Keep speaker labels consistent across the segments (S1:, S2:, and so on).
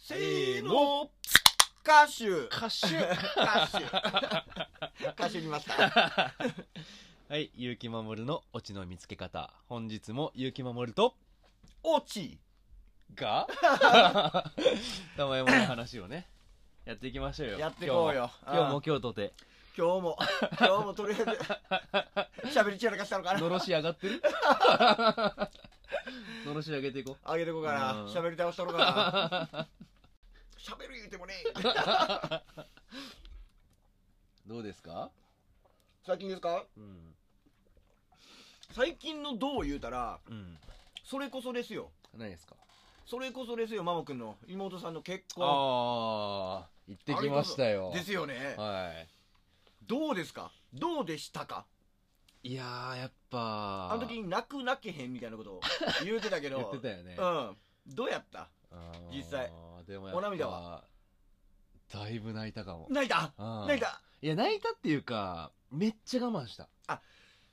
S1: せーの歌手
S2: 歌手
S1: 歌手歌手にました
S2: はい結城守のオチの見つけ方本日も結城守と
S1: オチ
S2: が玉山の話をねやっていきましょうよ
S1: やってこうよ
S2: 今日も
S1: うん
S2: 今日も今日とて
S1: 今日も今日もとりあえず喋り散らかしたのかな
S2: のろし上がってるのろし上げていこ
S1: あげてこうか
S2: う
S1: なん喋り倒したのかな喋る言うてもね
S2: うどうですか
S1: 最近ですか
S2: うん
S1: 最近のどう言うたら
S2: うん
S1: それこそですよ
S2: 何ですか
S1: それこそですよマモ君の妹さんの結婚
S2: ああ行ってきましたよ
S1: ですよね
S2: は
S1: どうですかどうでしたか
S2: いいやーやっぱ
S1: あの時に泣く泣けへんみたいなことを言うてたけど
S2: 言ってたよね
S1: うんどうやった
S2: あー
S1: 実際
S2: でもやっぱ
S1: お涙は
S2: だいぶ泣いたかも
S1: 泣いた
S2: あー
S1: 泣いた
S2: いや泣いたっていうかめっちゃ我慢した、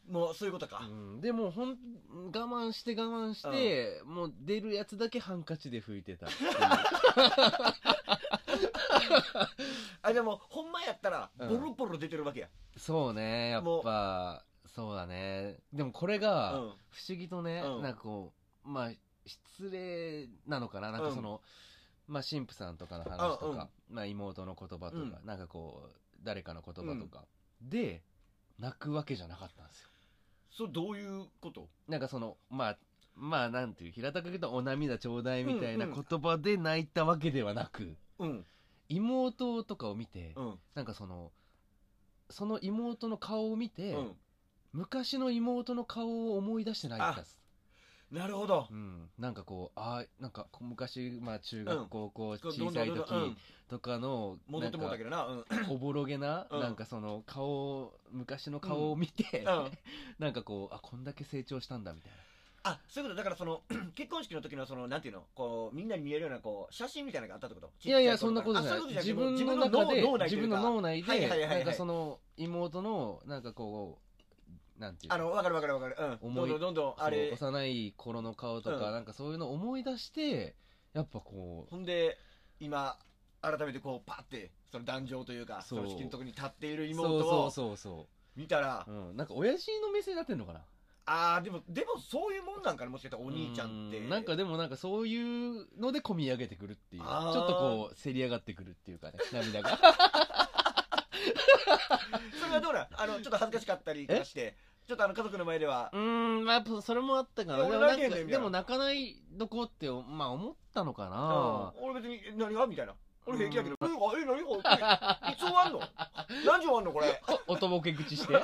S1: もうそういうことか、
S2: うん、でもほん我慢して我慢して、もう出るやつだけハンカチで拭いてたっていう
S1: あでもほんまやったら
S2: う
S1: ボ
S2: ん
S1: ロボロ出てるわけや、
S2: そうねやっぱそうだねでもこれ
S1: うん
S2: が不思議とね、
S1: うん
S2: なんかこうまあ失礼なのかななんかその、まあ神父さんとかの話とか、まあ、妹の言葉とか、
S1: うん
S2: なんかこう誰かの言葉とか、で泣くわけじゃなかったんですよ
S1: それどういうこと
S2: なんかそのまあまあなんていう平たく言うと「お涙ちょうだい」みたいな言葉で泣いたわけではなく、
S1: うん
S2: 妹とかを見て、
S1: うん
S2: なんかそのその妹の顔を見て、
S1: うん
S2: 昔の妹の顔を思い出して泣いたっす
S1: なるほど
S2: う、ん、なんかこうあーなんかこう昔、まあ、中学、
S1: うん
S2: 高校
S1: どん
S2: 小さい
S1: どんどん
S2: 時
S1: どんうん
S2: とかの、
S1: 戻ってもうたけどなうん
S2: なんかおぼろげな、
S1: うん
S2: なんかその顔を昔の顔を見て、
S1: うん
S2: なんかこうあこんだけ成長したんだみたい
S1: あそういうことだからその 結婚式の時のそのなんていうのこうみんなに見えるようなこう写真みたいなのがあったってこと
S2: ないやいやそんなことじゃない
S1: あそういう
S2: 自
S1: こと
S2: 分
S1: じゃ
S2: の
S1: なくて
S2: 中で
S1: 自分の脳内とい
S2: 自
S1: うかは
S2: 分の脳内で、
S1: いはいはいはい
S2: なんかその妹のなんかこうなんていう
S1: あのわかるわかるわかるうんど
S2: 思
S1: んど
S2: い
S1: んどんどん
S2: そう
S1: あれ
S2: 幼い頃の顔とか、
S1: うん
S2: なんかそういうのを思い出してやっぱこう
S1: ほんで今改めてこうパッてその壇上というか
S2: そ
S1: そうの式のとこに立っている
S2: そう
S1: 妹
S2: そう
S1: を
S2: そうそ
S1: 見たら
S2: う、うん、なんか親父の目線になってんのかな
S1: ああでもでもそういうもんなんかなもしかしたらお兄ちゃんって
S2: うなんかでもなんかそういうので込み上げてくるっていうち
S1: あー
S2: ょっとこうせり上がってくるっていうかね涙が
S1: それはどうなんあのちょっと恥ずかしかったりとかしてちょっとあの家族の前では
S2: うーんまあやっぱそれもあったか
S1: いや
S2: なで
S1: 俺
S2: もな
S1: 泣け
S2: ん
S1: ん
S2: か
S1: ねんみた
S2: で
S1: いな
S2: も泣かないどこってまあ思ったのか
S1: 「う
S2: なん
S1: 俺別にえ何が?」みたいな「俺平気やけどええ何がえいつ終わんの何時終わんのこれ
S2: おとぼけ口してい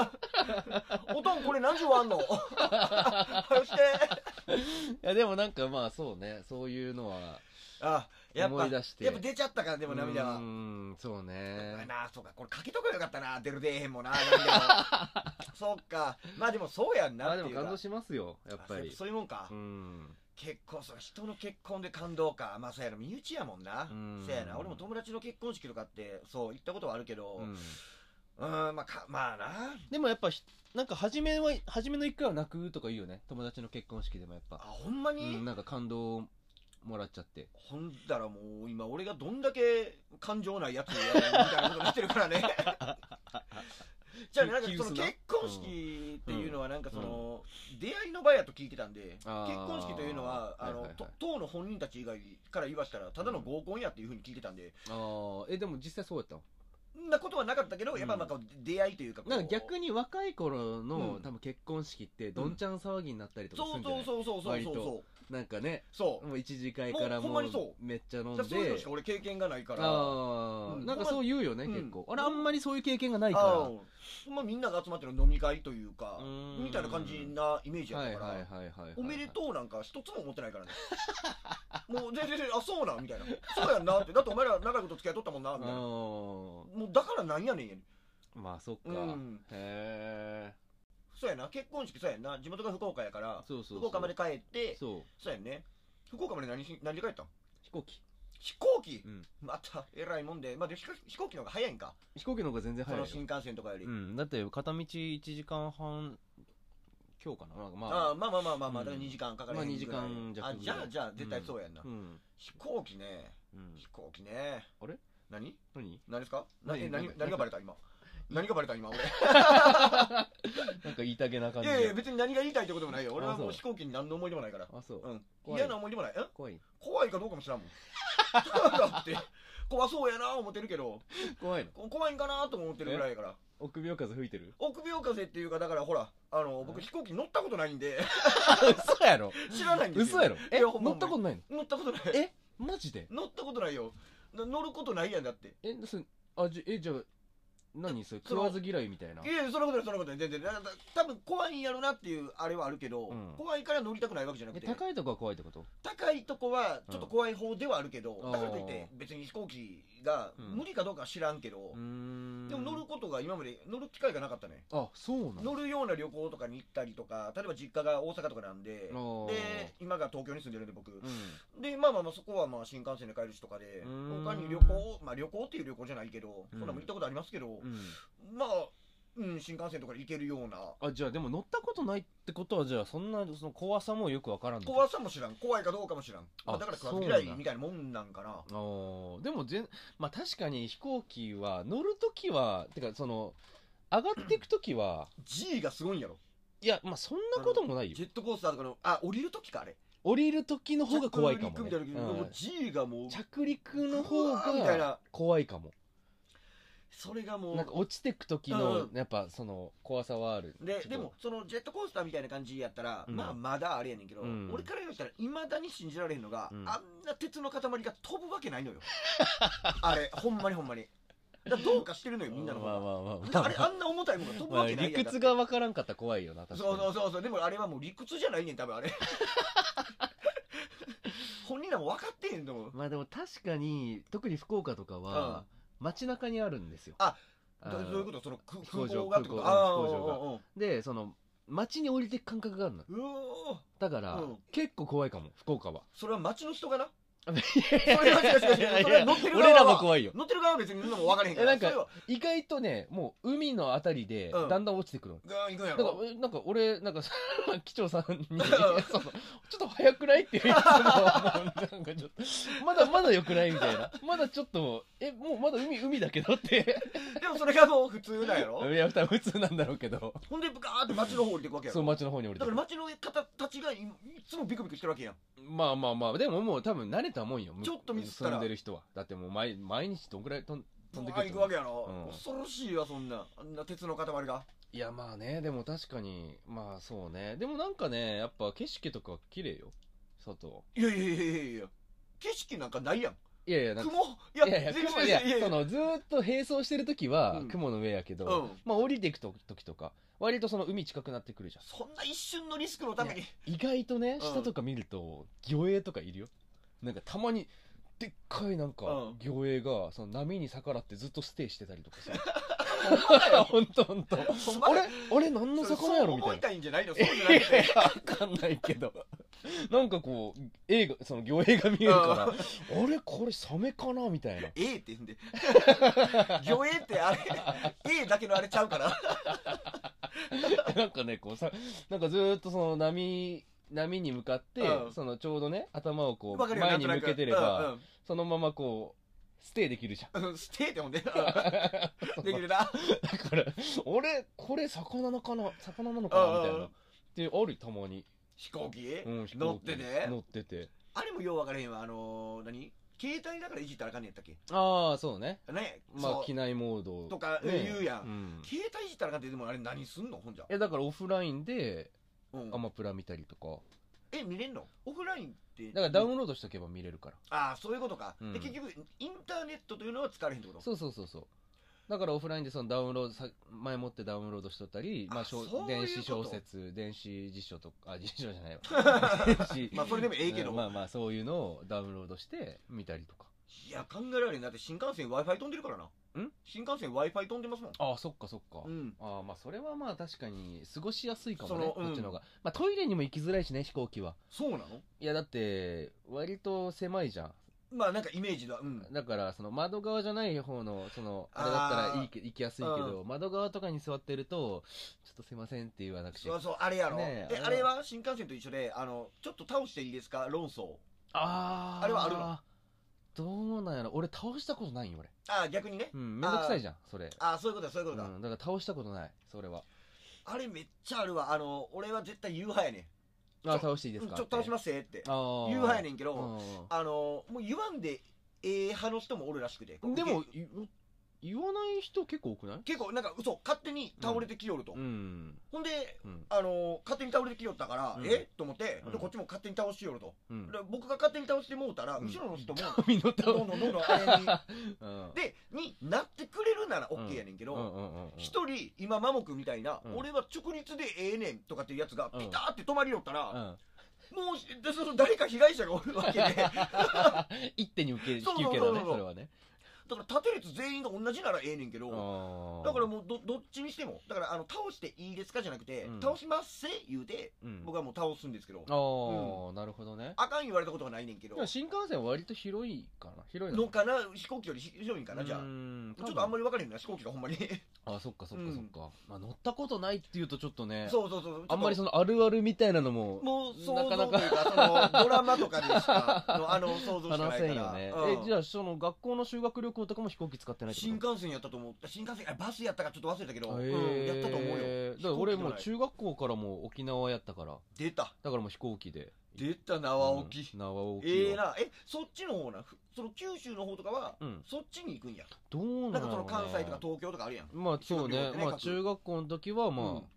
S1: おとんこれ何時終わ んの? 」そして
S2: やでもなんかまあそうねそういうのは
S1: あやっ
S2: 思
S1: ぱ
S2: い出して
S1: やっぱ出ちゃったからでも涙は
S2: うーんそうね
S1: なあそうかこれかけとけばよかったな出る出えへん もんな涙もそっかまあでもそうやん
S2: ま
S1: な
S2: あ
S1: って
S2: でも
S1: いうか
S2: 感動しますよやっぱ
S1: あ
S2: り
S1: そういうもんか、
S2: うん
S1: 結婚そう人の結婚で感動かまあそうやな身内やもんな、
S2: うん
S1: そうやな俺も友達の結婚式とかってそう行ったことはあるけど
S2: うん
S1: うんまあかまあな
S2: でもやっぱひなんか初めは初めの一回は泣くとか言うよね友達の結婚式でもやっぱ
S1: あほんまに、
S2: うん、なんか感動をもらっちゃって
S1: ほんだらもう今俺がどんだけ感情ないやつやねんみたいなことになってる からねじゃあねなんか
S2: き
S1: その
S2: 急須な
S1: 結婚式っていうのはなんかその、出会いの場やと聞いてたんで結
S2: あー
S1: 婚式というのはあの、
S2: はいはいはい
S1: と党の本人たち以外から言わしたらただの合コンやっていうふうに聞いてたんで、
S2: ああえでも実際そうやったの
S1: んなことはなかったけどやっぱなんか出会いというかこう
S2: なんか逆に若い頃の、
S1: うん
S2: 多分結婚式ってどんちゃん騒ぎになったりとかす
S1: そ
S2: る
S1: うん
S2: じゃな
S1: そ
S2: いう
S1: そうそうそう
S2: 割
S1: そ
S2: と
S1: うそう
S2: なんかね
S1: そう
S2: もう一次会から
S1: ほん
S2: も
S1: まにそう
S2: めっちゃ飲ん
S1: だからそういうの
S2: で
S1: しか俺経験がないから
S2: ああ、
S1: うん
S2: なんかそう言うよね、
S1: ほんまに
S2: 結構
S1: うん
S2: 俺あんまりそういう経験がないから
S1: あーまあ、みんなが集まっての飲み会というか
S2: うーん
S1: みたいな感じなイメージやっ
S2: は
S1: た
S2: い
S1: か
S2: はいはい
S1: ら
S2: はいはい
S1: おめでとうなんか一つも思ってないからね もう全然あそうなんみたいなそうやんなってだってお前ら長いこと付き合いとったもんなみたいな
S2: う
S1: もうだからなんやねんやね
S2: んまあそっか、
S1: うん
S2: へえ
S1: そうやな結婚式そうやんな地元が福岡やから
S2: そうそうそう
S1: 福岡まで帰って
S2: そう
S1: そうやんね福岡まで何し何で帰ったん
S2: 飛行機、
S1: 飛行機、
S2: うん
S1: またえらいもんで、まあ、でも飛行飛行機の方が早いんか、
S2: 飛行機の方が全然
S1: そ
S2: 早い
S1: の
S2: よ
S1: 新幹線とかより、
S2: うん、だって片道1時間半今日かななんかまあ
S1: あーまあまあまあまあまあ、だから
S2: うん
S1: 2時間かかる
S2: まあ2時間弱
S1: あ
S2: ぐ
S1: じ
S2: らい
S1: ゃあじゃあ絶対そうやんな、
S2: うん、
S1: 飛行機ね
S2: うん、
S1: 飛行機ね
S2: あれ
S1: 何
S2: 何
S1: 何ですかなえ
S2: 何
S1: 何何がバレた今何がバレた今俺
S2: なんか言いたげな感
S1: い
S2: じで
S1: やいや別に何が言いたいってこともないよ俺はも
S2: あそう
S1: う飛行機に何の思い出もないから
S2: あそう、
S1: うん
S2: 怖い
S1: 嫌な思い出もないえ
S2: 怖い
S1: 怖いかどうかも知らんもん だって怖そうやな思ってるけど
S2: 怖いの
S1: こ怖いんかなとも思ってるぐらいやから
S2: 臆病風吹い てる
S1: 臆病風っていうかだからほらあの
S2: う
S1: 僕
S2: ん
S1: 飛行機乗ったことないんで
S2: 嘘やろ
S1: 知らないんですよ
S2: 嘘やろえ
S1: いやほんま
S2: 乗ったことないの
S1: 乗ったことない
S2: えマジで
S1: 乗ったことないよな乗ることないやんだって
S2: えそあじえじゃあ何それ
S1: そ
S2: 食
S1: の
S2: わず嫌いみたいない
S1: やいやそんなことないそんなことない全然だだ多分怖いんやろなっていうあれはあるけど、
S2: うん
S1: 怖いから乗りたくないわけじゃなく
S2: え
S1: て
S2: 高いとこは怖いってこと
S1: 高いとこはちょっと怖い方ではあるけど、
S2: うん
S1: だからといって別に飛行機が
S2: うん
S1: 無理かどうかは知らんけど、
S2: ん
S1: でも乗ることが今まで乗る機会がなかったね
S2: あそうなの
S1: 乗るような旅行とかに行ったりとか例えば実家が大阪とかなんで
S2: おー
S1: で今が東京に住んでるんで僕
S2: う
S1: でまあまあまあそこはまあ新幹線で帰るしとかで
S2: うーん
S1: 他に旅行まあ旅行っていう旅行じゃないけど
S2: う
S1: そ
S2: ん
S1: んなもん行ったことありますけど
S2: ん、うん、
S1: まあうん新幹線とかで行けるような
S2: あじゃあでも乗ったことないってことはじゃあそんなその怖さもよくわからんのか
S1: 怖さも知らん怖いかどうかも知らんまあ
S2: あ
S1: だから
S2: そう
S1: 食
S2: な
S1: わ
S2: ん
S1: ず
S2: だ
S1: 嫌いみたいなもんなんかな
S2: おーでも全、まあ、確かに飛行機は乗るときはてかその上がっていくときは
S1: G がすごいんやろ
S2: いやまあそんなこともないよ
S1: ジェットコースターとかのあ降りる時かあれ
S2: 降りるときの方が怖いかも、ね
S1: 着陸みたいな時にも
S2: う
S1: うん G がもう
S2: 着陸の方
S1: うわーみたい
S2: が
S1: な
S2: 怖いかも
S1: それがもう
S2: なんか落ちてくとき
S1: う
S2: の
S1: ん
S2: やっぱその怖さはある
S1: で
S2: ちょっと
S1: でもそのジェットコースターみたいな感じやったら、
S2: うん
S1: まあまだあれやねんけど、
S2: うん
S1: 俺から言ったらいまだに信じられへんのが、
S2: うん
S1: あんな鉄の塊が飛ぶわけないのよあれほんまにほんまにだからどうかしてるのよみんなの方
S2: ま
S1: が
S2: あまあ
S1: だ
S2: まあま
S1: か
S2: あ
S1: らあれあんな重たいものが飛ぶ
S2: ま
S1: わ
S2: あ
S1: けない
S2: 理
S1: やんだって
S2: 屈がわからんかったら怖いよな確かに
S1: そうそうそうそうでもあれはもう理屈じゃないねん多分あ れ本人らも分かってへんと思う
S2: まあでも確かに特に福岡とかは街中にあるんですよ
S1: あ
S2: あ
S1: ど
S2: の
S1: どういうことその空
S2: 飛行
S1: 空
S2: 場
S1: 港がってこと
S2: 空港うん飛行場
S1: あ
S2: でその街に降りていく感覚があるの
S1: ーうんうんうんうおー
S2: だから、
S1: うん
S2: 結構怖いかも福岡は
S1: それは街の人かな
S2: そ
S1: れは違う違う違うそれは乗ってる側は
S2: 俺らも怖いよ
S1: 乗ってる側は別にそんなもん分からへんから
S2: えなんか
S1: それは
S2: 意外とねもう海のあたりで
S1: うん
S2: だんだん落ちてくるの、
S1: が行くんや
S2: なんか
S1: ろ
S2: えなんか俺なんか 機長 さんに
S1: ん
S2: そうそうちょっと早くないって言われてもうなんかちょっとまだまだ良くないみたいなまだちょっとえもうまだ海海だけどって
S1: でもそれがもう普通なんやろ
S2: いや普通なんだろうけど
S1: ほんでブカーって街の方降りていくわけや
S2: そう
S1: ろ
S2: 街の方に降り
S1: だ
S2: て
S1: か
S2: く
S1: ら
S2: る
S1: 街の方たちがいいつもビクビクしてるわけやん
S2: まあまあまあでももう多分慣れたもんよむ
S1: ちょっとミスったら
S2: 住んでる人はだってもう毎毎日どんぐらい飛ん飛んで
S1: あ
S2: く
S1: 行
S2: る
S1: くわ
S2: と
S1: けやろ、
S2: うん
S1: 恐ろしいわそんなあんな鉄の塊が
S2: いやまあねでも確かにまあそうねでもなんかねやっぱ景色とか綺麗よ外
S1: いやいやいやいやいや景色なんかないやん
S2: いやいやなん
S1: 雲
S2: か
S1: いや
S2: いやいや
S1: 全
S2: 雲
S1: 然
S2: い
S1: いや
S2: や
S1: いやいや
S2: そのずーっと並走してる時は
S1: うん
S2: 雲の上やけ
S1: う
S2: ど、
S1: ん
S2: まあ降りていくと時とか割とその海近くなってくるじゃ
S1: そんな一瞬のリスクのために
S2: ん意外とね
S1: ん
S2: 下とか見ると魚影とかいるよなんかたまにでっかいなんか
S1: うん
S2: 魚影がその波に逆らってずっとステイしてたりとか さ
S1: ほんまだよ
S2: ほんとほんと
S1: ほんま
S2: あ
S1: だ
S2: れ
S1: よ
S2: あれ何の魚やろみ
S1: そう思
S2: たい
S1: い
S2: な
S1: たいんじゃないの
S2: い
S1: そう
S2: や
S1: じゃなくて
S2: いやわかんないけどなんかこう映画その魚影が見えるからあれこれサメかなみたいな
S1: A って言 うんで魚影ってあれ A だけのあれちゃうから
S2: なんかねこうさなんかずーっとその波波に向かって、
S1: うん
S2: そのちょうどね頭をこ
S1: わか
S2: う
S1: るよな
S2: 前
S1: ん
S2: に
S1: とな
S2: 向
S1: く
S2: けてれ
S1: うん
S2: ば
S1: うん
S2: そのままこうステイできるじゃん
S1: うんステーってほんで
S2: だ
S1: でき るな
S2: から俺これ魚のかな魚なのかなみたい
S1: うんう
S2: なんってあるたまに、
S1: 飛行機
S2: うん飛行機
S1: 乗ってね
S2: 乗ってて
S1: あれもよう分からへんわあのー何携帯だからいじったらあかんねやったっけ
S2: ああそうね
S1: ね
S2: まあ
S1: そう
S2: 機内モード
S1: とか
S2: ね
S1: 言うやん
S2: ん
S1: 携帯いじったらあかんってでもあれ何すんのほんじゃ
S2: えだからオフラインで
S1: うん
S2: アマプラ見たりとか
S1: え見れんのオフラインって
S2: だからダウンロードしとけば見れるから、
S1: ああそういうことか、
S2: うん
S1: で結局インターネットというのは使われへんってこと
S2: そうそうそうそうだからオフラインでそのダウンロードさ前もってダウンロードしとったり、まあ、
S1: あそう
S2: 小
S1: いうこと
S2: 電子小説電子辞書とかあ辞書じゃない わ電子
S1: まあそれでもええけど、
S2: うんまあまあそういうのをダウンロードして見たりとか
S1: いや考えられんだって新幹線 w i f i 飛んでるからなん新幹線 w i f i 飛んでますもん
S2: ああそっかそっか、
S1: うん
S2: ああまあそれはまあ確かに過ごしやすいかもね
S1: その
S2: こっちの方が、まあトイレにも行きづらいしね飛行機は
S1: そうなの
S2: いやだって割と狭いじゃん
S1: まあなんかイメージだうん
S2: だから、その窓側じゃない方の、その、あれだったらいいけ行きやすいけど、窓側とかに座ってると、ちょっとすいませんって言わなくち
S1: そ
S2: ゃ
S1: う。そうあれやろ、
S2: ねえ
S1: えあれは新幹線と一緒であのちょっと倒していいですか論争
S2: あー
S1: あれはあるの
S2: どうなんやろ俺倒したことないよ、俺。
S1: ああ逆にね
S2: うん、めんどくさいじゃん、それ。
S1: ああそういうことだそういう
S2: う
S1: こ
S2: ん、
S1: と
S2: だ
S1: だ、
S2: から倒したことない、それは。
S1: あれめっちゃあるわあの俺は絶対言う派やねん
S2: あ、倒していいです
S1: うん
S2: か。
S1: ちょっと倒しますすえって
S2: あー
S1: 言う派やねんけど、
S2: う
S1: あのもう言わんでええ派の人もおるらしくて
S2: んでも
S1: け、
S2: い言わない人結構多くない
S1: 結構なんか嘘勝手に倒れてきよると、
S2: うん。
S1: ほんで
S2: うん。
S1: あの勝手に倒れてきよったから、
S2: うん
S1: えと思って、
S2: うん
S1: でこっちも勝手に倒しよると、
S2: うん。
S1: で僕が勝手に倒してもうたら、
S2: うん
S1: 後ろの人も
S2: 神の倒
S1: どんどんどんどんあれ に
S2: うん。
S1: でになってくれるなら OK やねんけ
S2: う
S1: ど、
S2: んうんうんうん
S1: 一人今マモ君みたいな、
S2: うん
S1: 俺は直立でええねんとかっていうやつが
S2: うん
S1: ピターって止まりよった
S2: う
S1: ら、
S2: ん。
S1: もうでその誰か被害者がおるわけ でだか
S2: 一手に受け、引き
S1: そうそう
S2: 受け
S1: そ
S2: だ
S1: う
S2: ね、
S1: そう
S2: それはね。
S1: ら縦列全員が同じならええねんけど、だ
S2: だ
S1: からもうどどっちにしてもだからあの倒していいですかじゃなくて、
S2: うん
S1: 倒しますせ言うて
S2: うん、
S1: 僕はもう倒すんですけど、
S2: ああ、なるほどね。
S1: あかん言われたことがないねんけど
S2: でも新幹線は割と広いかな。広い
S1: のかな飛行機より広いんかなじゃあ
S2: ち
S1: ちょっとあんま
S2: り。
S1: り分かれへんな飛行機がほんまに
S2: あ、そっかそっ
S1: う
S2: か
S1: ん
S2: そっか。まあ乗ったことないっていうとちょっとね、
S1: そうそうそう
S2: あんまり
S1: ちょ
S2: そのあるあるみたいなのも
S1: っともう想
S2: なかな
S1: 像
S2: か
S1: というかそのドラマとかでしかのあの想像しかな
S2: 話
S1: い
S2: せ
S1: か
S2: んよ
S1: ら、
S2: ね。
S1: うん
S2: え、じゃあその学校の修学旅行とかも飛行機使ってないってこと
S1: 新幹線やったと思った新幹線あバスやったかちょっと忘れたけど、
S2: へ
S1: うん
S2: ー
S1: やったと思うよ
S2: だから俺もう中学校からもう沖縄やったから、
S1: 出た
S2: だからもう飛行機で。
S1: 出た縄沖、
S2: うん縄沖を。
S1: ええなえそっちの方なふその九州の方とかは
S2: うん。
S1: そっちに行くんや
S2: どう
S1: な
S2: なんん
S1: かその関西とか
S2: と
S1: 東京とかあるやん。
S2: まあそうね
S1: 修学旅行ってね
S2: まあ
S1: 各
S2: 中学校の時はまあ、
S1: うん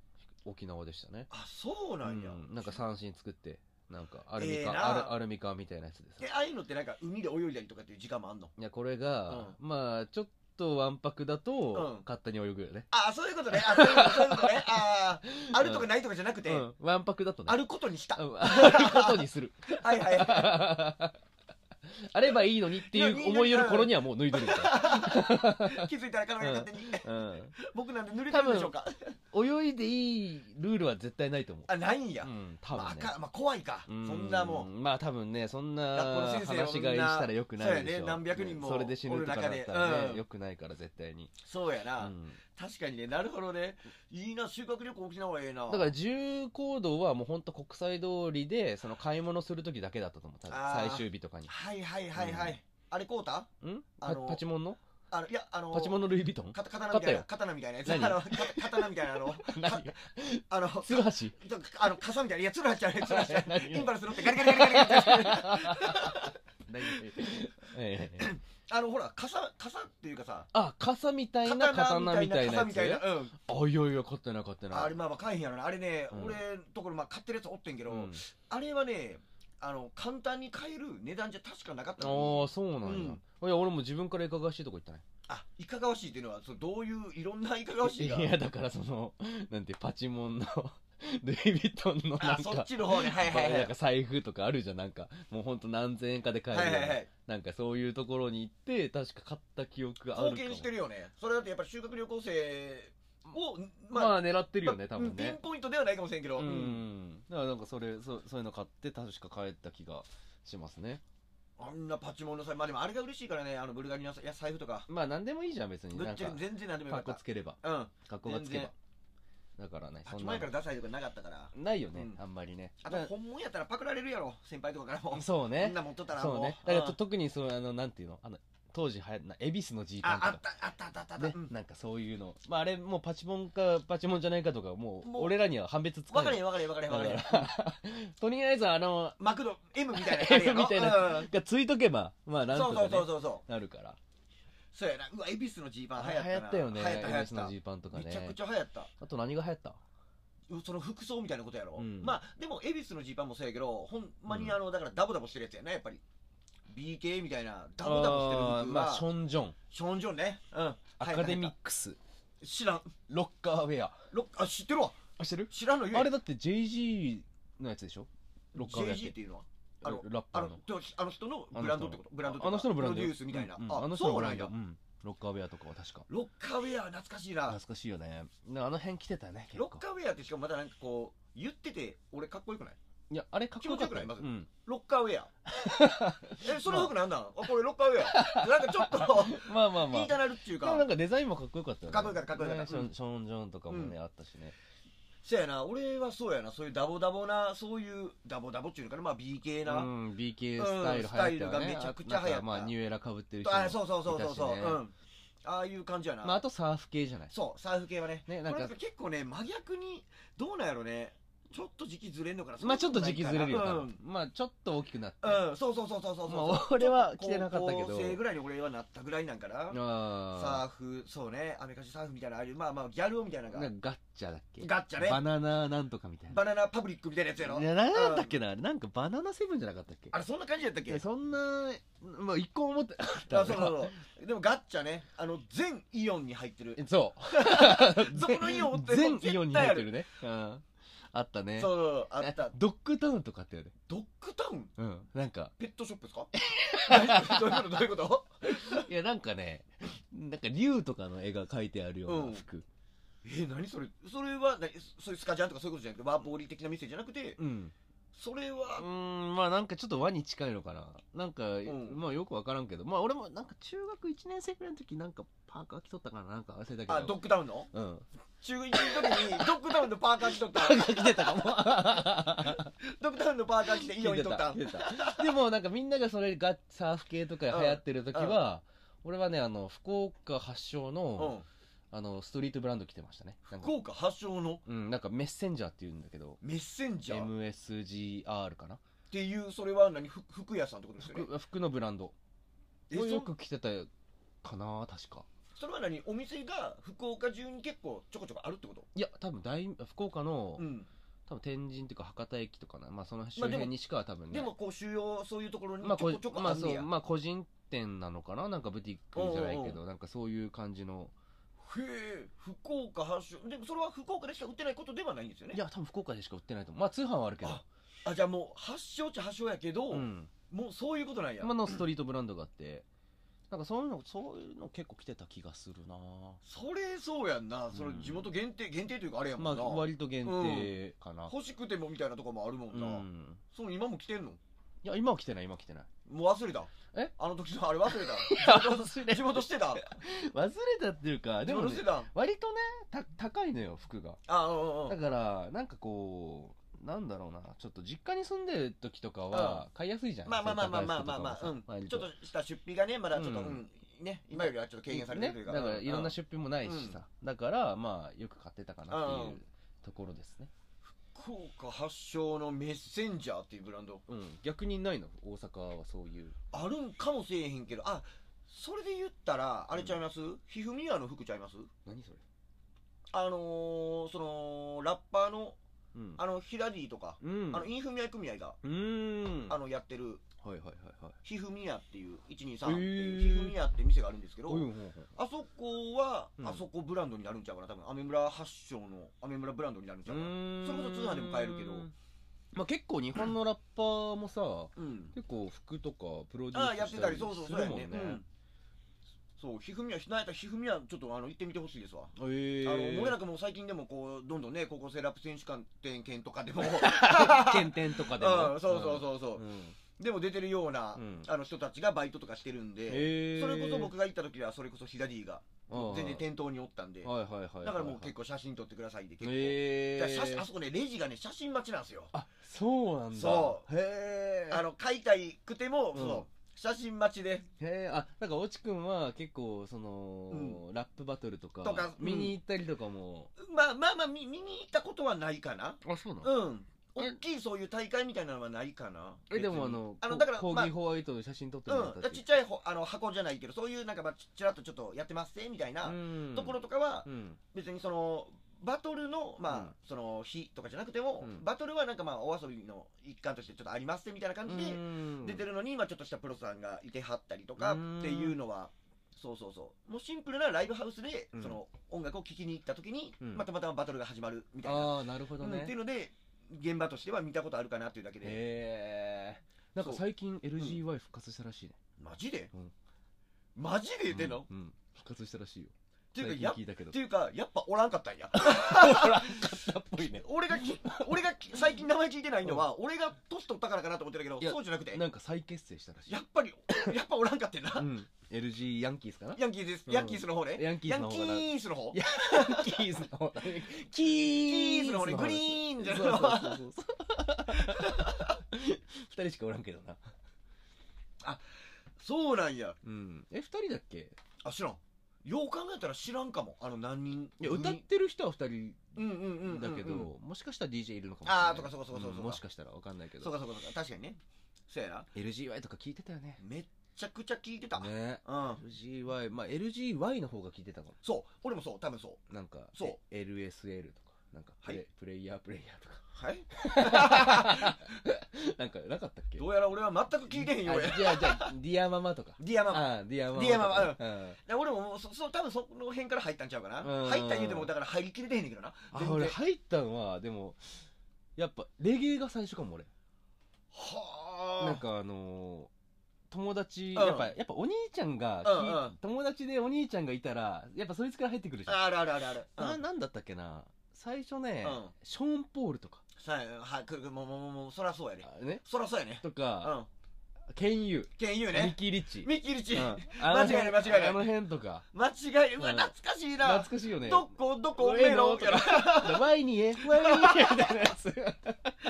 S2: 沖縄でしたね
S1: あ、そうなんや。
S2: うんなんか三振作ってなんかアルミ
S1: ええ
S2: 缶、
S1: な
S2: アルアルミ缶みたいなやつでさ
S1: え、ああいうのってなんか海で泳いだりとかっていう時間もあんの
S2: いやこれが、まあちょっとわんぱくだと、
S1: うん
S2: 勝手に泳ぐよね
S1: あ、そういうことね。あ、そういうことそういうことね。あー、あるとかないとかじゃなくて、
S2: うんわんぱくだとね
S1: あることにした。
S2: うんあることにする
S1: はいはい。あ
S2: あればいいのにっていう思いよる頃にはもう脱いでるみたいな
S1: 気づいたら体が勝手に。僕なんで濡れてるんでしょうか。
S2: うん、泳いでいいルールは絶対ないと思う
S1: あ、ないんや。
S2: うん多分
S1: まあ、あ
S2: ね、
S1: かんまあ、怖いか。そ
S2: うん
S1: なもん。
S2: まあ多分ねそんな
S1: 学校の先生
S2: 話し飼いしたらよくないでしょ
S1: そんなそうやね何百人も
S2: それで死ぬとかだった
S1: おる
S2: ら
S1: 中で
S2: ね、
S1: うん
S2: よくないから絶対に、
S1: そうやな、
S2: うん
S1: 確かにね、なるほどね。いいな、修学旅行沖縄ええな。
S2: だから自由行動はもう本当国際通りでその買い物する時だけだったと思う多分
S1: あー
S2: 最終日とかに
S1: はいはいはいはい。
S2: う
S1: あれ、こうた
S2: ん
S1: あ
S2: パ
S1: の
S2: パチモンの
S1: あの、いや、あの、
S2: パチモンのルイ・ヴィトン
S1: か刀みたいな、
S2: 勝
S1: 刀みたいなやつ。
S2: 何
S1: あの、か刀みたいな、あの、
S2: 何
S1: あの、
S2: ツルハシ
S1: ちょあの、傘みたいな、いや、つるはちゃうね、つるはちゃう
S2: 何
S1: インパルス乗ってガリガリガリガリガリガリガリ。
S2: ええ
S1: あの、ほら、傘、傘っていうかさ、
S2: あ傘みたいな刀みたいなや
S1: 傘み
S2: つ
S1: たいな。うん。
S2: あいやいや買ってない買ってない
S1: あれ、まあまあ、買えへんやろな。あれね、
S2: うん
S1: 俺のところ、まあ、買ってるやつおってんけ
S2: う
S1: ど、
S2: ん、
S1: あれはね、あの、簡単に買える値段じゃ確かなかった
S2: あ
S1: の
S2: あそうなんや、いや俺も自分からいかがわしいとこ行ったね
S1: にあ、いかがわしいっていうのは、そのどういう、いろん ないかがわしいが。
S2: いやだからそのなんてパチモンの ルイ・ヴィトンのな
S1: あ、
S2: ん
S1: そっ
S2: か
S1: ちの方ね、はいはいは
S2: なん
S1: い
S2: か。財布とかあるじゃんなんかもうほんと何千円かで買え
S1: は
S2: る
S1: い
S2: ような、
S1: はいはい。
S2: なんかそういうところに行って確か買った記憶があるかも
S1: 貢献してるよね。それだってやっぱり修学旅行生を、
S2: まあ、狙ってるよね多
S1: ま
S2: 分
S1: あうん
S2: ね
S1: ピン、ポイントではないかもしれんけど。
S2: う
S1: うん
S2: んだからなんかそれそそういうの買って確か帰った気がしますね
S1: あんなパチモンの財布、まあでもあれが嬉しいからね、あのブルガリのさいや財布とか。
S2: まあ何でもいいじゃん別に
S1: ぶ
S2: な
S1: っ
S2: ん
S1: ちゃ
S2: か
S1: け全然なんでもよか
S2: 格
S1: った
S2: 好。つければ
S1: うん。
S2: 格好がつけばだからね
S1: パ
S2: そ
S1: チ
S2: ん
S1: モン
S2: な
S1: やからダサいとかなかったから。
S2: ないよね、
S1: うん
S2: あんまりね
S1: あと本物やったらパクられるやろ、先輩とかからも。
S2: そうね
S1: みんな持っとったらもう。
S2: そうね。だからと、
S1: うん
S2: 特にその、あの、なんていうのあの、当時流行った、恵比寿のジーパン
S1: あ、あ
S2: と
S1: った、あった、あった、あったあ
S2: か。
S1: った。
S2: ね
S1: う、ん
S2: なんかそういうの。まあ、あれ、もうパチモンか、パチモンじゃないかとか、もう、
S1: もう
S2: 俺らには判別つか
S1: わかれ
S2: ない。
S1: へん、わかれへん、わかれへん、わかれへん
S2: だ。から とりあえず、あの、
S1: マクド、M みたいな やつあるやろ。
S2: みたいな
S1: うん
S2: がついとけば、まあ、なん
S1: そ
S2: と
S1: う
S2: か、
S1: そ
S2: ね、
S1: うそうそうそう。
S2: なるから。
S1: そうやな。うわ、恵比寿のジーパン
S2: あ
S1: 流
S2: れ
S1: 行った
S2: 流
S1: な。
S2: 行ったよね。
S1: 流行った、流行
S2: 恵比
S1: っ
S2: 寿の
S1: た
S2: ジ。ーパンとか
S1: めちゃく
S2: ね。
S1: ちゃ流行った。
S2: あと何が流行った
S1: その服装みたいなことやろ、
S2: うん
S1: まあでも恵比寿のジーパンもそうやけどほんま
S2: う
S1: に
S2: ん
S1: あの、だからダボダボしてるやつやなやっぱり BK みたいなダボダボしてる
S2: あー
S1: 服は、
S2: まあ、ションジョン、
S1: ションジョンねうん
S2: アカデミックス、
S1: ク知らん
S2: ロッカーウェア。
S1: ロあ知ってるわ
S2: あ、してる
S1: 知らんの言え
S2: あれだって JG のやつでしょロッカーウェアっ。
S1: JG ってていうのはあの
S2: ラッ
S1: あ
S2: パー
S1: の
S2: の。
S1: とあの人のブランドってことブランドって
S2: あの人のブランド
S1: プ
S2: よ
S1: ロデュースみたいな、
S2: うんうん
S1: あ
S2: あの人の
S1: そ
S2: ブ
S1: う
S2: ラ
S1: なん
S2: ンド
S1: や、
S2: うんロッカーウェアとかは確か
S1: ロッカーウェア懐かしいな
S2: 懐かしいよねなあの辺来てたね結
S1: ロ
S2: 構
S1: ッカーウェアってしかもまだなんかこう言ってて俺かっこよくない
S2: いや、あれかっこよかっ
S1: 気持ちよくな
S2: た。
S1: いまず
S2: うん。
S1: ロッカーウェ アえその服なんだ、あ、これロッカーウェアなんかちょっと
S2: まあまあま
S1: 言
S2: あ。
S1: い
S2: で
S1: たなるっていうか
S2: もなんかデザインもかっこよかったよね。
S1: かっこよかったかっこよかった
S2: ねショ
S1: う
S2: ンショーン・ジョーンとかもね、
S1: う
S2: あったしね。
S1: そやな俺はそうやなそういうダボダボなそういうダボダボっていうのかなまあ B 系
S2: う
S1: な、
S2: ん、BK スタイル流行ったよね。
S1: うんスタイルがめちゃくちゃ流行った
S2: あなんかまあ、ニューエラ被ってる人も。
S1: あそうそうそうそうそう、
S2: いたし
S1: う
S2: ね
S1: んああいう感じやな、
S2: まあ、あとサーフ系じゃない。
S1: そうサーフ系はね
S2: ね、
S1: な
S2: なんん
S1: かな
S2: か
S1: んか、結構ね真逆にどうなんやろねちょっと時期ずれんのかな
S2: まあちょっと時期ずれるよ、多
S1: う
S2: 分まあちょっと大きくなって。
S1: ん、うん、そうそうそうそうそうそう、
S2: まあ俺は着てなかったけど
S1: 高校生ぐらいに俺はなったぐらいなんかな
S2: あ
S1: サーフそうねアメリカ人サーフみたいなああいうまあまあギャル男みたいな
S2: あ
S1: のが
S2: なんかガッチャだっけ
S1: ガッチャね
S2: バナナなんとかみたいな。
S1: バナナパブリックみたいなやつやろ
S2: いや、なんだったっけな、あれなんかバナナセブンじゃなかったっけ
S1: あれそんな感じやったっけ
S2: えそんな、まあ一個も思ってなかった。
S1: あそうそうそうでもガッチャねあの全イオンに入ってる
S2: えそう
S1: どこのイオンって
S2: 全イオンに入ってるね。うん。あったね。
S1: そうそうあっ
S2: え
S1: た
S2: ドッグタウンとかあったよね。
S1: ドッグタウン
S2: うん。なんか、
S1: ペットショップですか 大丈夫どういうことどういうこと
S2: いやなんかね、なんか竜とかの絵が描いてあるような服。
S1: え何それそれは何そういうスカジャンとかそういうことじゃなくてワープオリ的な店じゃなくて
S2: うん。
S1: それ
S2: う
S1: は
S2: ーんまあなんかちょっと和に近いのかななんか、
S1: ん
S2: まあよくわからんけどまあ俺もなんか中学1年生ぐらいの時なんかパーカー着とったかななんか忘れたけど
S1: あドッグタウンの
S2: うん
S1: 中1の時 にドッグタウンのパーカー着とった
S2: パーカー着てたかも
S1: ドッグタウンのパーカー着 てイオンにとった
S2: 着てた着てたでもなんかみんながそれがサーフ系とか流行ってる時は、俺はねあの福岡発祥
S1: う
S2: の,、
S1: ん
S2: あのストリートブランド着てましたねなんか
S1: 福岡発祥の
S2: うん、なんかメッセンジャーって言うんだけど
S1: メッセンジャーっ
S2: MSGR かな
S1: ていうそれは何ふ服屋さんってことですよね
S2: 服服のブランド
S1: え
S2: これよ
S1: そ
S2: く着てたかな確か
S1: それは何お店が福岡中に結構ちょこちょこあるってこと
S2: いや多分大福岡の、
S1: うん
S2: 多分天神というか博多駅とかな、まあ、その周
S1: まあでも
S2: 辺にしかは多分ね、
S1: でもこう収容そういうところにち
S2: ま
S1: ょ
S2: あこ
S1: こ
S2: じ
S1: ちょこ
S2: ま
S1: あ
S2: あ
S1: んね
S2: そう
S1: や、
S2: まあ個人店なのかななんかブティックじゃない
S1: お
S2: け
S1: うお
S2: どなんかそういう感じの
S1: へえ福岡発祥でもそれは福岡でしか売ってないことではないんですよね
S2: いや多分福岡でしか売ってないと思うまあ通販はあるけど
S1: ああじゃあもう発祥っちゃ発祥やけど、
S2: うん
S1: もうそういうことなんや、
S2: 今のストリートブランドがあってなんかそういうのそういうの結構来てた気がするな
S1: それそうやんな、その
S2: うん
S1: 地元限定限定というかあれやも
S2: ま
S1: んな、
S2: あ割と限定かな
S1: 欲しくてもみたいなとこもあるも
S2: うん
S1: な、
S2: ん
S1: その今も来てんの
S2: いや今は来てない今は来 てない
S1: もう忘れた
S2: え
S1: あの時のあ れ忘れた地元
S2: 忘れ
S1: 地元して た
S2: 忘れたっていうかで
S1: 地
S2: も、
S1: 元
S2: ね
S1: して、た
S2: 割とねた高いのよ服が
S1: あうんうんう
S2: だ
S1: ん
S2: からなんかこうなんだろうなちょっと実家に住んでる時とかは買いやすいじゃん、
S1: まあまあまあまあまあまあまあ、
S2: そうい
S1: ん
S2: 高い服
S1: ちょ
S2: と
S1: っ
S2: かさ割
S1: とした出費がねまだちょっと、う
S2: うん
S1: んね今よりはちょっと軽減されてるというか、
S2: ね、だからいろん
S1: う
S2: な
S1: ん
S2: 出費もないしさ、だからまあよく買ってたかなっていううところですね、
S1: 福岡発祥のメッセンジャーっていうブランド
S2: うん、逆にないの大阪はそういう
S1: あるんかもしれへんけどあそれで言ったらあれちゃいます、ひふみやの服ちゃいます
S2: 何それ
S1: あのー、そのラッパーの
S2: うん
S1: あのヒラディとか、
S2: うん
S1: あのインフミヤ組合が、
S2: うーん
S1: あのやってる
S2: はいはいはいはい
S1: ひふみやっていう123っていう、
S2: へー
S1: ひふみやって店があるんですけど、
S2: うんうんうん
S1: あそこは、
S2: うん
S1: あそこブランドになるんちゃうかな多分アメ村発祥のアメ村ブランドになるんちゃうかなそれこそ通販でも買えるけど
S2: まあ結構日本のラッパーもさ、
S1: うん
S2: 結構服とかプロデュ
S1: ああや
S2: ー
S1: っ
S2: ス
S1: て
S2: したた
S1: り
S2: り
S1: そうそう
S2: す
S1: そう
S2: る
S1: や
S2: もん
S1: ね
S2: ね
S1: うんそうひふみやひなやたひふみやちょっとあの行ってみてほしいですわ
S2: え
S1: あの、もれな
S2: く
S1: くもう最近でもこう、どんどんね、高校生ラップ選手権権とか でも、うん、
S2: 検定とかでも、
S1: そうそうそうそうう、
S2: ん
S1: でも出てるような、
S2: うん
S1: あの人たちがバイトとかしてるんで、
S2: へー
S1: それこそ僕が行った時は、それこそヒダディが、
S2: ああ
S1: 全然店頭におったんで、
S2: はいはいはいはい
S1: だからもう結構写真撮ってくださいで、結構。
S2: へ
S1: だから写真
S2: ー
S1: あそこね、レジがね、写真待ちなんですよ。
S2: あそうなんだ
S1: そう
S2: へえ
S1: あの、買いたいくても、
S2: うん
S1: そう、写真待ちで、
S2: へえあなんか落ちくんは結構その、
S1: う
S2: ラップバトルとか
S1: とかうん
S2: 見に行ったりとかも、
S1: まあまあまあ見、見に行ったことはないかな。
S2: あそうな
S1: うん。
S2: え
S1: 大きいそういう大会みたいなのはないかな。
S2: えでもあ
S1: 別に
S2: の
S1: あのだから
S2: コ
S1: ま
S2: ー
S1: あ
S2: ギーホワイトで写真撮ってもらった
S1: うん、ちっちゃいほあの箱じゃないけど、そういうなんか、まあ、ちちらっとちょっとやってますねみたいな
S2: うん
S1: ところとかは
S2: う、ん
S1: 別にそのバトルの,、まあ
S2: うん
S1: その日とかじゃなくても、
S2: うん
S1: バトルはなんか、まあ、お遊びの一環としてちょっとありますねみたいな感じで、出て
S2: る
S1: るのに、今ちょっとしたプロさんがいてはったりとか
S2: うん
S1: っていうのは。そうそうそうもうシンプルなライブハウスで、
S2: うん
S1: その音楽を聴きに行った時に、
S2: うん
S1: まあたまたまバトルが始まるみたいな、
S2: ああなるほど
S1: うん
S2: ね、
S1: っていうので現場としては見たことあるかなっていうだけで
S2: へえなんか最近 LGY 復活したらしいね、
S1: マジで、
S2: うん
S1: マジで言ってんの、
S2: うん、復活したらしいよ
S1: でていうか
S2: 最近
S1: やっ
S2: 聞いたけど
S1: ていうかやっぱおらんかったんや
S2: ほら肩っぽいね
S1: 俺がき俺がき最近名前聞いてないのは、俺が年取ったからかなと思ってたけど
S2: いや
S1: そうじゃなくて
S2: なんか再結成したらしい
S1: やっぱりやっぱおらんかってんな、
S2: うん LG ヤンキースかな
S1: ヤンキーです、
S2: うん
S1: ヤンキースの方ね
S2: ヤンキー
S1: ヤ
S2: スの
S1: ン
S2: 方
S1: キ
S2: かな
S1: ースの方
S2: いや ヤンキースの方だねキ
S1: キー
S2: ー
S1: スの方ねグリ
S2: ー
S1: ーンじゃない
S2: そうそうそうそう二人しかおらんけどな
S1: そうなんや
S2: うんえ二人だっけ
S1: あ知らんよう考えたら知らんかもあの何人
S2: いや歌っ
S1: 組
S2: てる人は二人
S1: うんうんうんうんうん
S2: だけど、もしかしたら DJ いるのかもしれない
S1: あーとかそうかそうかそうか
S2: んもしかしたらわかんないけ
S1: そう
S2: ど
S1: かそうかそうか確かにねそうやな
S2: LGY とか聞いてたよね
S1: めっちゃくちゃ聞いてた、
S2: ね
S1: うん
S2: LGY まあ LGY の方が聞いてたかも
S1: そう俺もそう多分そう
S2: なんか
S1: そう
S2: え LSL とかなんかプレ,、
S1: はい
S2: プレイヤープレイヤーとか
S1: はい
S2: なんかなかったっけ
S1: どうやら俺は全く聞いてへんよ
S2: あ
S1: 俺
S2: じゃあじゃあディアママとか
S1: ディアママ
S2: ああディアママ
S1: ディアママ
S2: とかうん
S1: で俺ももうそそう多分その辺から入ったんちゃうかな
S2: うん
S1: 入った言うてもだから入りきれてへんねんけどな
S2: あ
S1: 全然
S2: 俺入ったのはでもやっぱレゲエが最初かも俺
S1: はあ
S2: なんかあのー友達、
S1: うん
S2: やっぱやっぱお兄ちゃんが、
S1: うんうん
S2: き友達でお兄ちゃんがいたらやっぱそいつから入ってくるじゃん、
S1: あるあるあるあるうん
S2: ななんだったっけな最初ね、
S1: うん
S2: ショーン・ポールとか
S1: さあはいくるもうもうもうもうそらそうやね
S2: あね
S1: そらそうやね
S2: と
S1: う
S2: か、
S1: ん
S2: ケンユ
S1: ケンユー
S2: ー、ミ
S1: ね
S2: ッキー・リッチ、
S1: ミッキーリッチ
S2: う ん
S1: 間違いない間違いない
S2: あの辺とか
S1: 間違いないうわ
S2: ん
S1: 懐かしいな
S2: 懐かしいよね
S1: どこどこ上野
S2: と
S1: やろ
S2: かワイニエワイニエみたいなやつ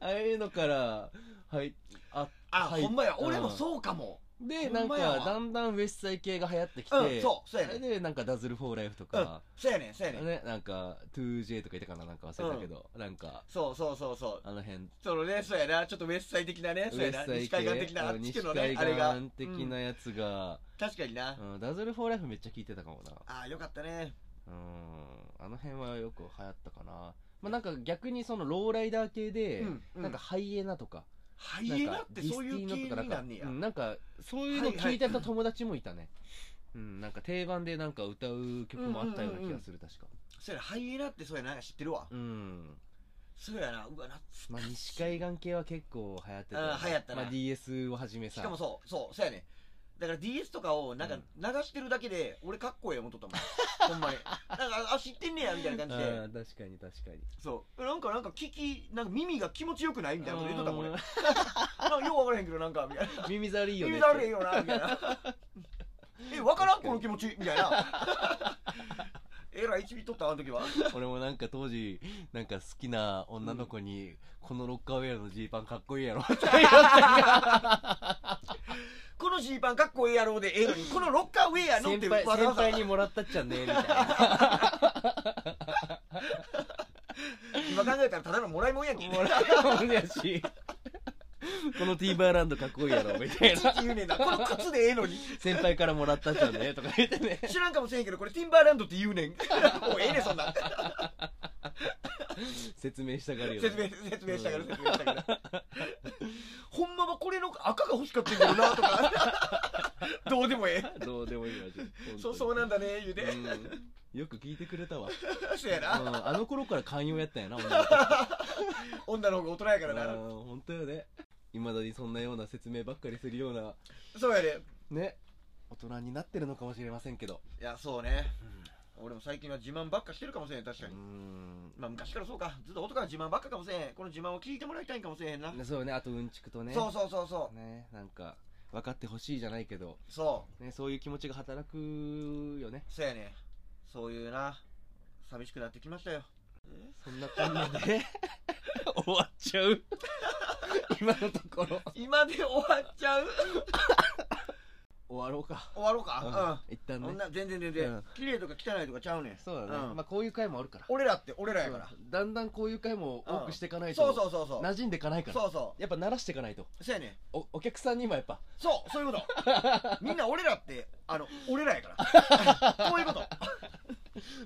S2: ああいうのからはいあ
S1: あ
S2: はい
S1: ほんまや
S2: うん
S1: 俺もそうかも
S2: で
S1: ほ
S2: なんん
S1: ま
S2: か
S1: やわ
S2: だんだんウェストサイ系が流行ってきて、
S1: うんそうそうや
S2: あれ
S1: ね
S2: でなんかダズル・フォー・ライフと
S1: うん
S2: か、
S1: そうやねんそうやねん
S2: ね、なんか 2J とかいたかななんか忘れたけど、なんか
S1: そうそうそうそう
S2: あの辺
S1: そのねそうやなちょっとウェストサイ的なねそ
S2: ウ
S1: うや
S2: ェ
S1: な
S2: ストサイ
S1: 西
S2: 系
S1: 海岸的なあ
S2: う
S1: っ
S2: ん
S1: ち
S2: 西
S1: 系のね
S2: 海
S1: あれが
S2: 岸的
S1: う
S2: なんやつが、
S1: 確かにな
S2: うんダズル・フォー・ライフめっちゃ聞いてたかもな
S1: ああよかったね
S2: うんあの辺はよく流行ったかなまあなんか逆にそのローライダー系で、
S1: うんうん
S2: なんかハイエナとか
S1: ハイエナってそういう系
S2: なん
S1: に
S2: かディスティーノとか
S1: なんねや
S2: うんなんかそういうの聞いてた友達もいたね、うんなんか定番でなんか歌う曲もあったような気がする確か
S1: そうやなハイエナってそうやな知ってるわ
S2: うん、
S1: そうやなうわ
S2: ま
S1: 懐か
S2: あ、西
S1: しい
S2: 海岸系は結構流行ってたよ
S1: あー流行ったな
S2: まあ、DS をはじめさ
S1: しかもそうそうそうやねだから DS とかをなんか
S2: うん
S1: 流してるだけで俺かっこええ思っと ったもんほんまになんかあ知ってんねやみたいな感じで
S2: うん確かに確かに
S1: そうなんかなんか聞きなんか耳が気持ちよくないみたいなこと言っとったもん俺
S2: う
S1: なんんかよう分からへんけどなんかみたいな
S2: 耳障りいいよね
S1: 耳
S2: っ
S1: だれ
S2: て
S1: よなみたい なえ分からん
S2: 確か
S1: この
S2: に
S1: 気持ちみたいな えらい一ビとったあの時は
S2: 俺もなんか当時なんか好きな女の子に、このロッカーウェアのジーパンかっこいい やろって言われた
S1: このジーパンかっこええやろうでええのにこのロッカーウェアのって
S2: 先
S1: わざ
S2: 輩先
S1: わざ
S2: 輩にもらったっちゃねみたい な
S1: 今考えたらただのもらいもんやんけ
S2: もらったもんやしこのティーバーランドかっこいいやろみたいな
S1: って言うねんなこの靴でええのに
S2: 先輩からもらったっちゃねとか言ってね
S1: 知らんかもしれんけどこれティンバーランドって言うねんもうええねんそんなん
S2: 説明したがるよ、ね、
S1: 説明説明したから説明したからほんまはこれの赤が欲しかったんだよなとか どうでもえ
S2: どうでもいいわ
S1: えそうそうなんだね言うて、
S2: うんよく聞いてくれたわ、う
S1: そうやな、
S2: んあの頃から寛容 やったんやな女の子か
S1: 女の方が大人やからな、
S2: 本当よねいまだにそんなような説明ばっかりするような
S1: そうやで、
S2: ね大人になってるのかもしれませんけど
S1: いやそうね俺も最近は自慢ばっかしてるかもしれん確
S2: う
S1: かに、
S2: ん
S1: まあ昔からそうかずっと男は自慢ばっかかもしれんこの自慢を聞いてもらいたいんかもしれへんな、
S2: そうねあとうんちくとね
S1: そうそうそうそう
S2: ねなんか分かってほしいじゃないけど、
S1: そう
S2: ね、そういう気持ちが働くよね
S1: そうやねそういうな寂しくなってきましたよ
S2: そんなこんなで 終わっちゃう今のところ
S1: 今で終わっちゃう
S2: 終わろうか
S1: 終わろうか
S2: うん一
S1: う
S2: 旦
S1: ん、
S2: ね
S1: 女全然全然、
S2: うん
S1: 綺麗とか汚いとかちゃうねん
S2: そうだね、
S1: ん
S2: まあこういう回もあるから
S1: 俺らって俺らやから、
S2: うんだんだんこういう回も多くしていかないと、
S1: そうそうそうそう
S2: 馴染んでいかないから
S1: そうそ
S2: やっぱ慣らしていかないと
S1: うそうやねん
S2: おお客さんにもやっぱ
S1: そうそういうこと みんな俺らってあの俺らやからこういうこと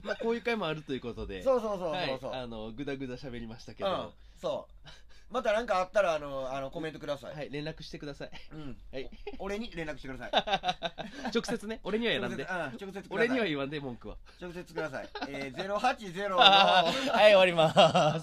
S2: まあこういう回もあるということで
S1: そうそうそうそうそう、
S2: はい、あのぐだぐだ喋りましたけ
S1: う
S2: ど、
S1: んそうまた何かあったらあのあのコメントください、
S2: はい連絡してください
S1: うん
S2: はい
S1: 俺に連絡してください
S2: 直接ね俺にはやら
S1: 直
S2: ん
S1: 接
S2: で
S1: うん直接ください
S2: 俺には言わんで文句は
S1: 直接ください、えー、080の
S2: はい終わります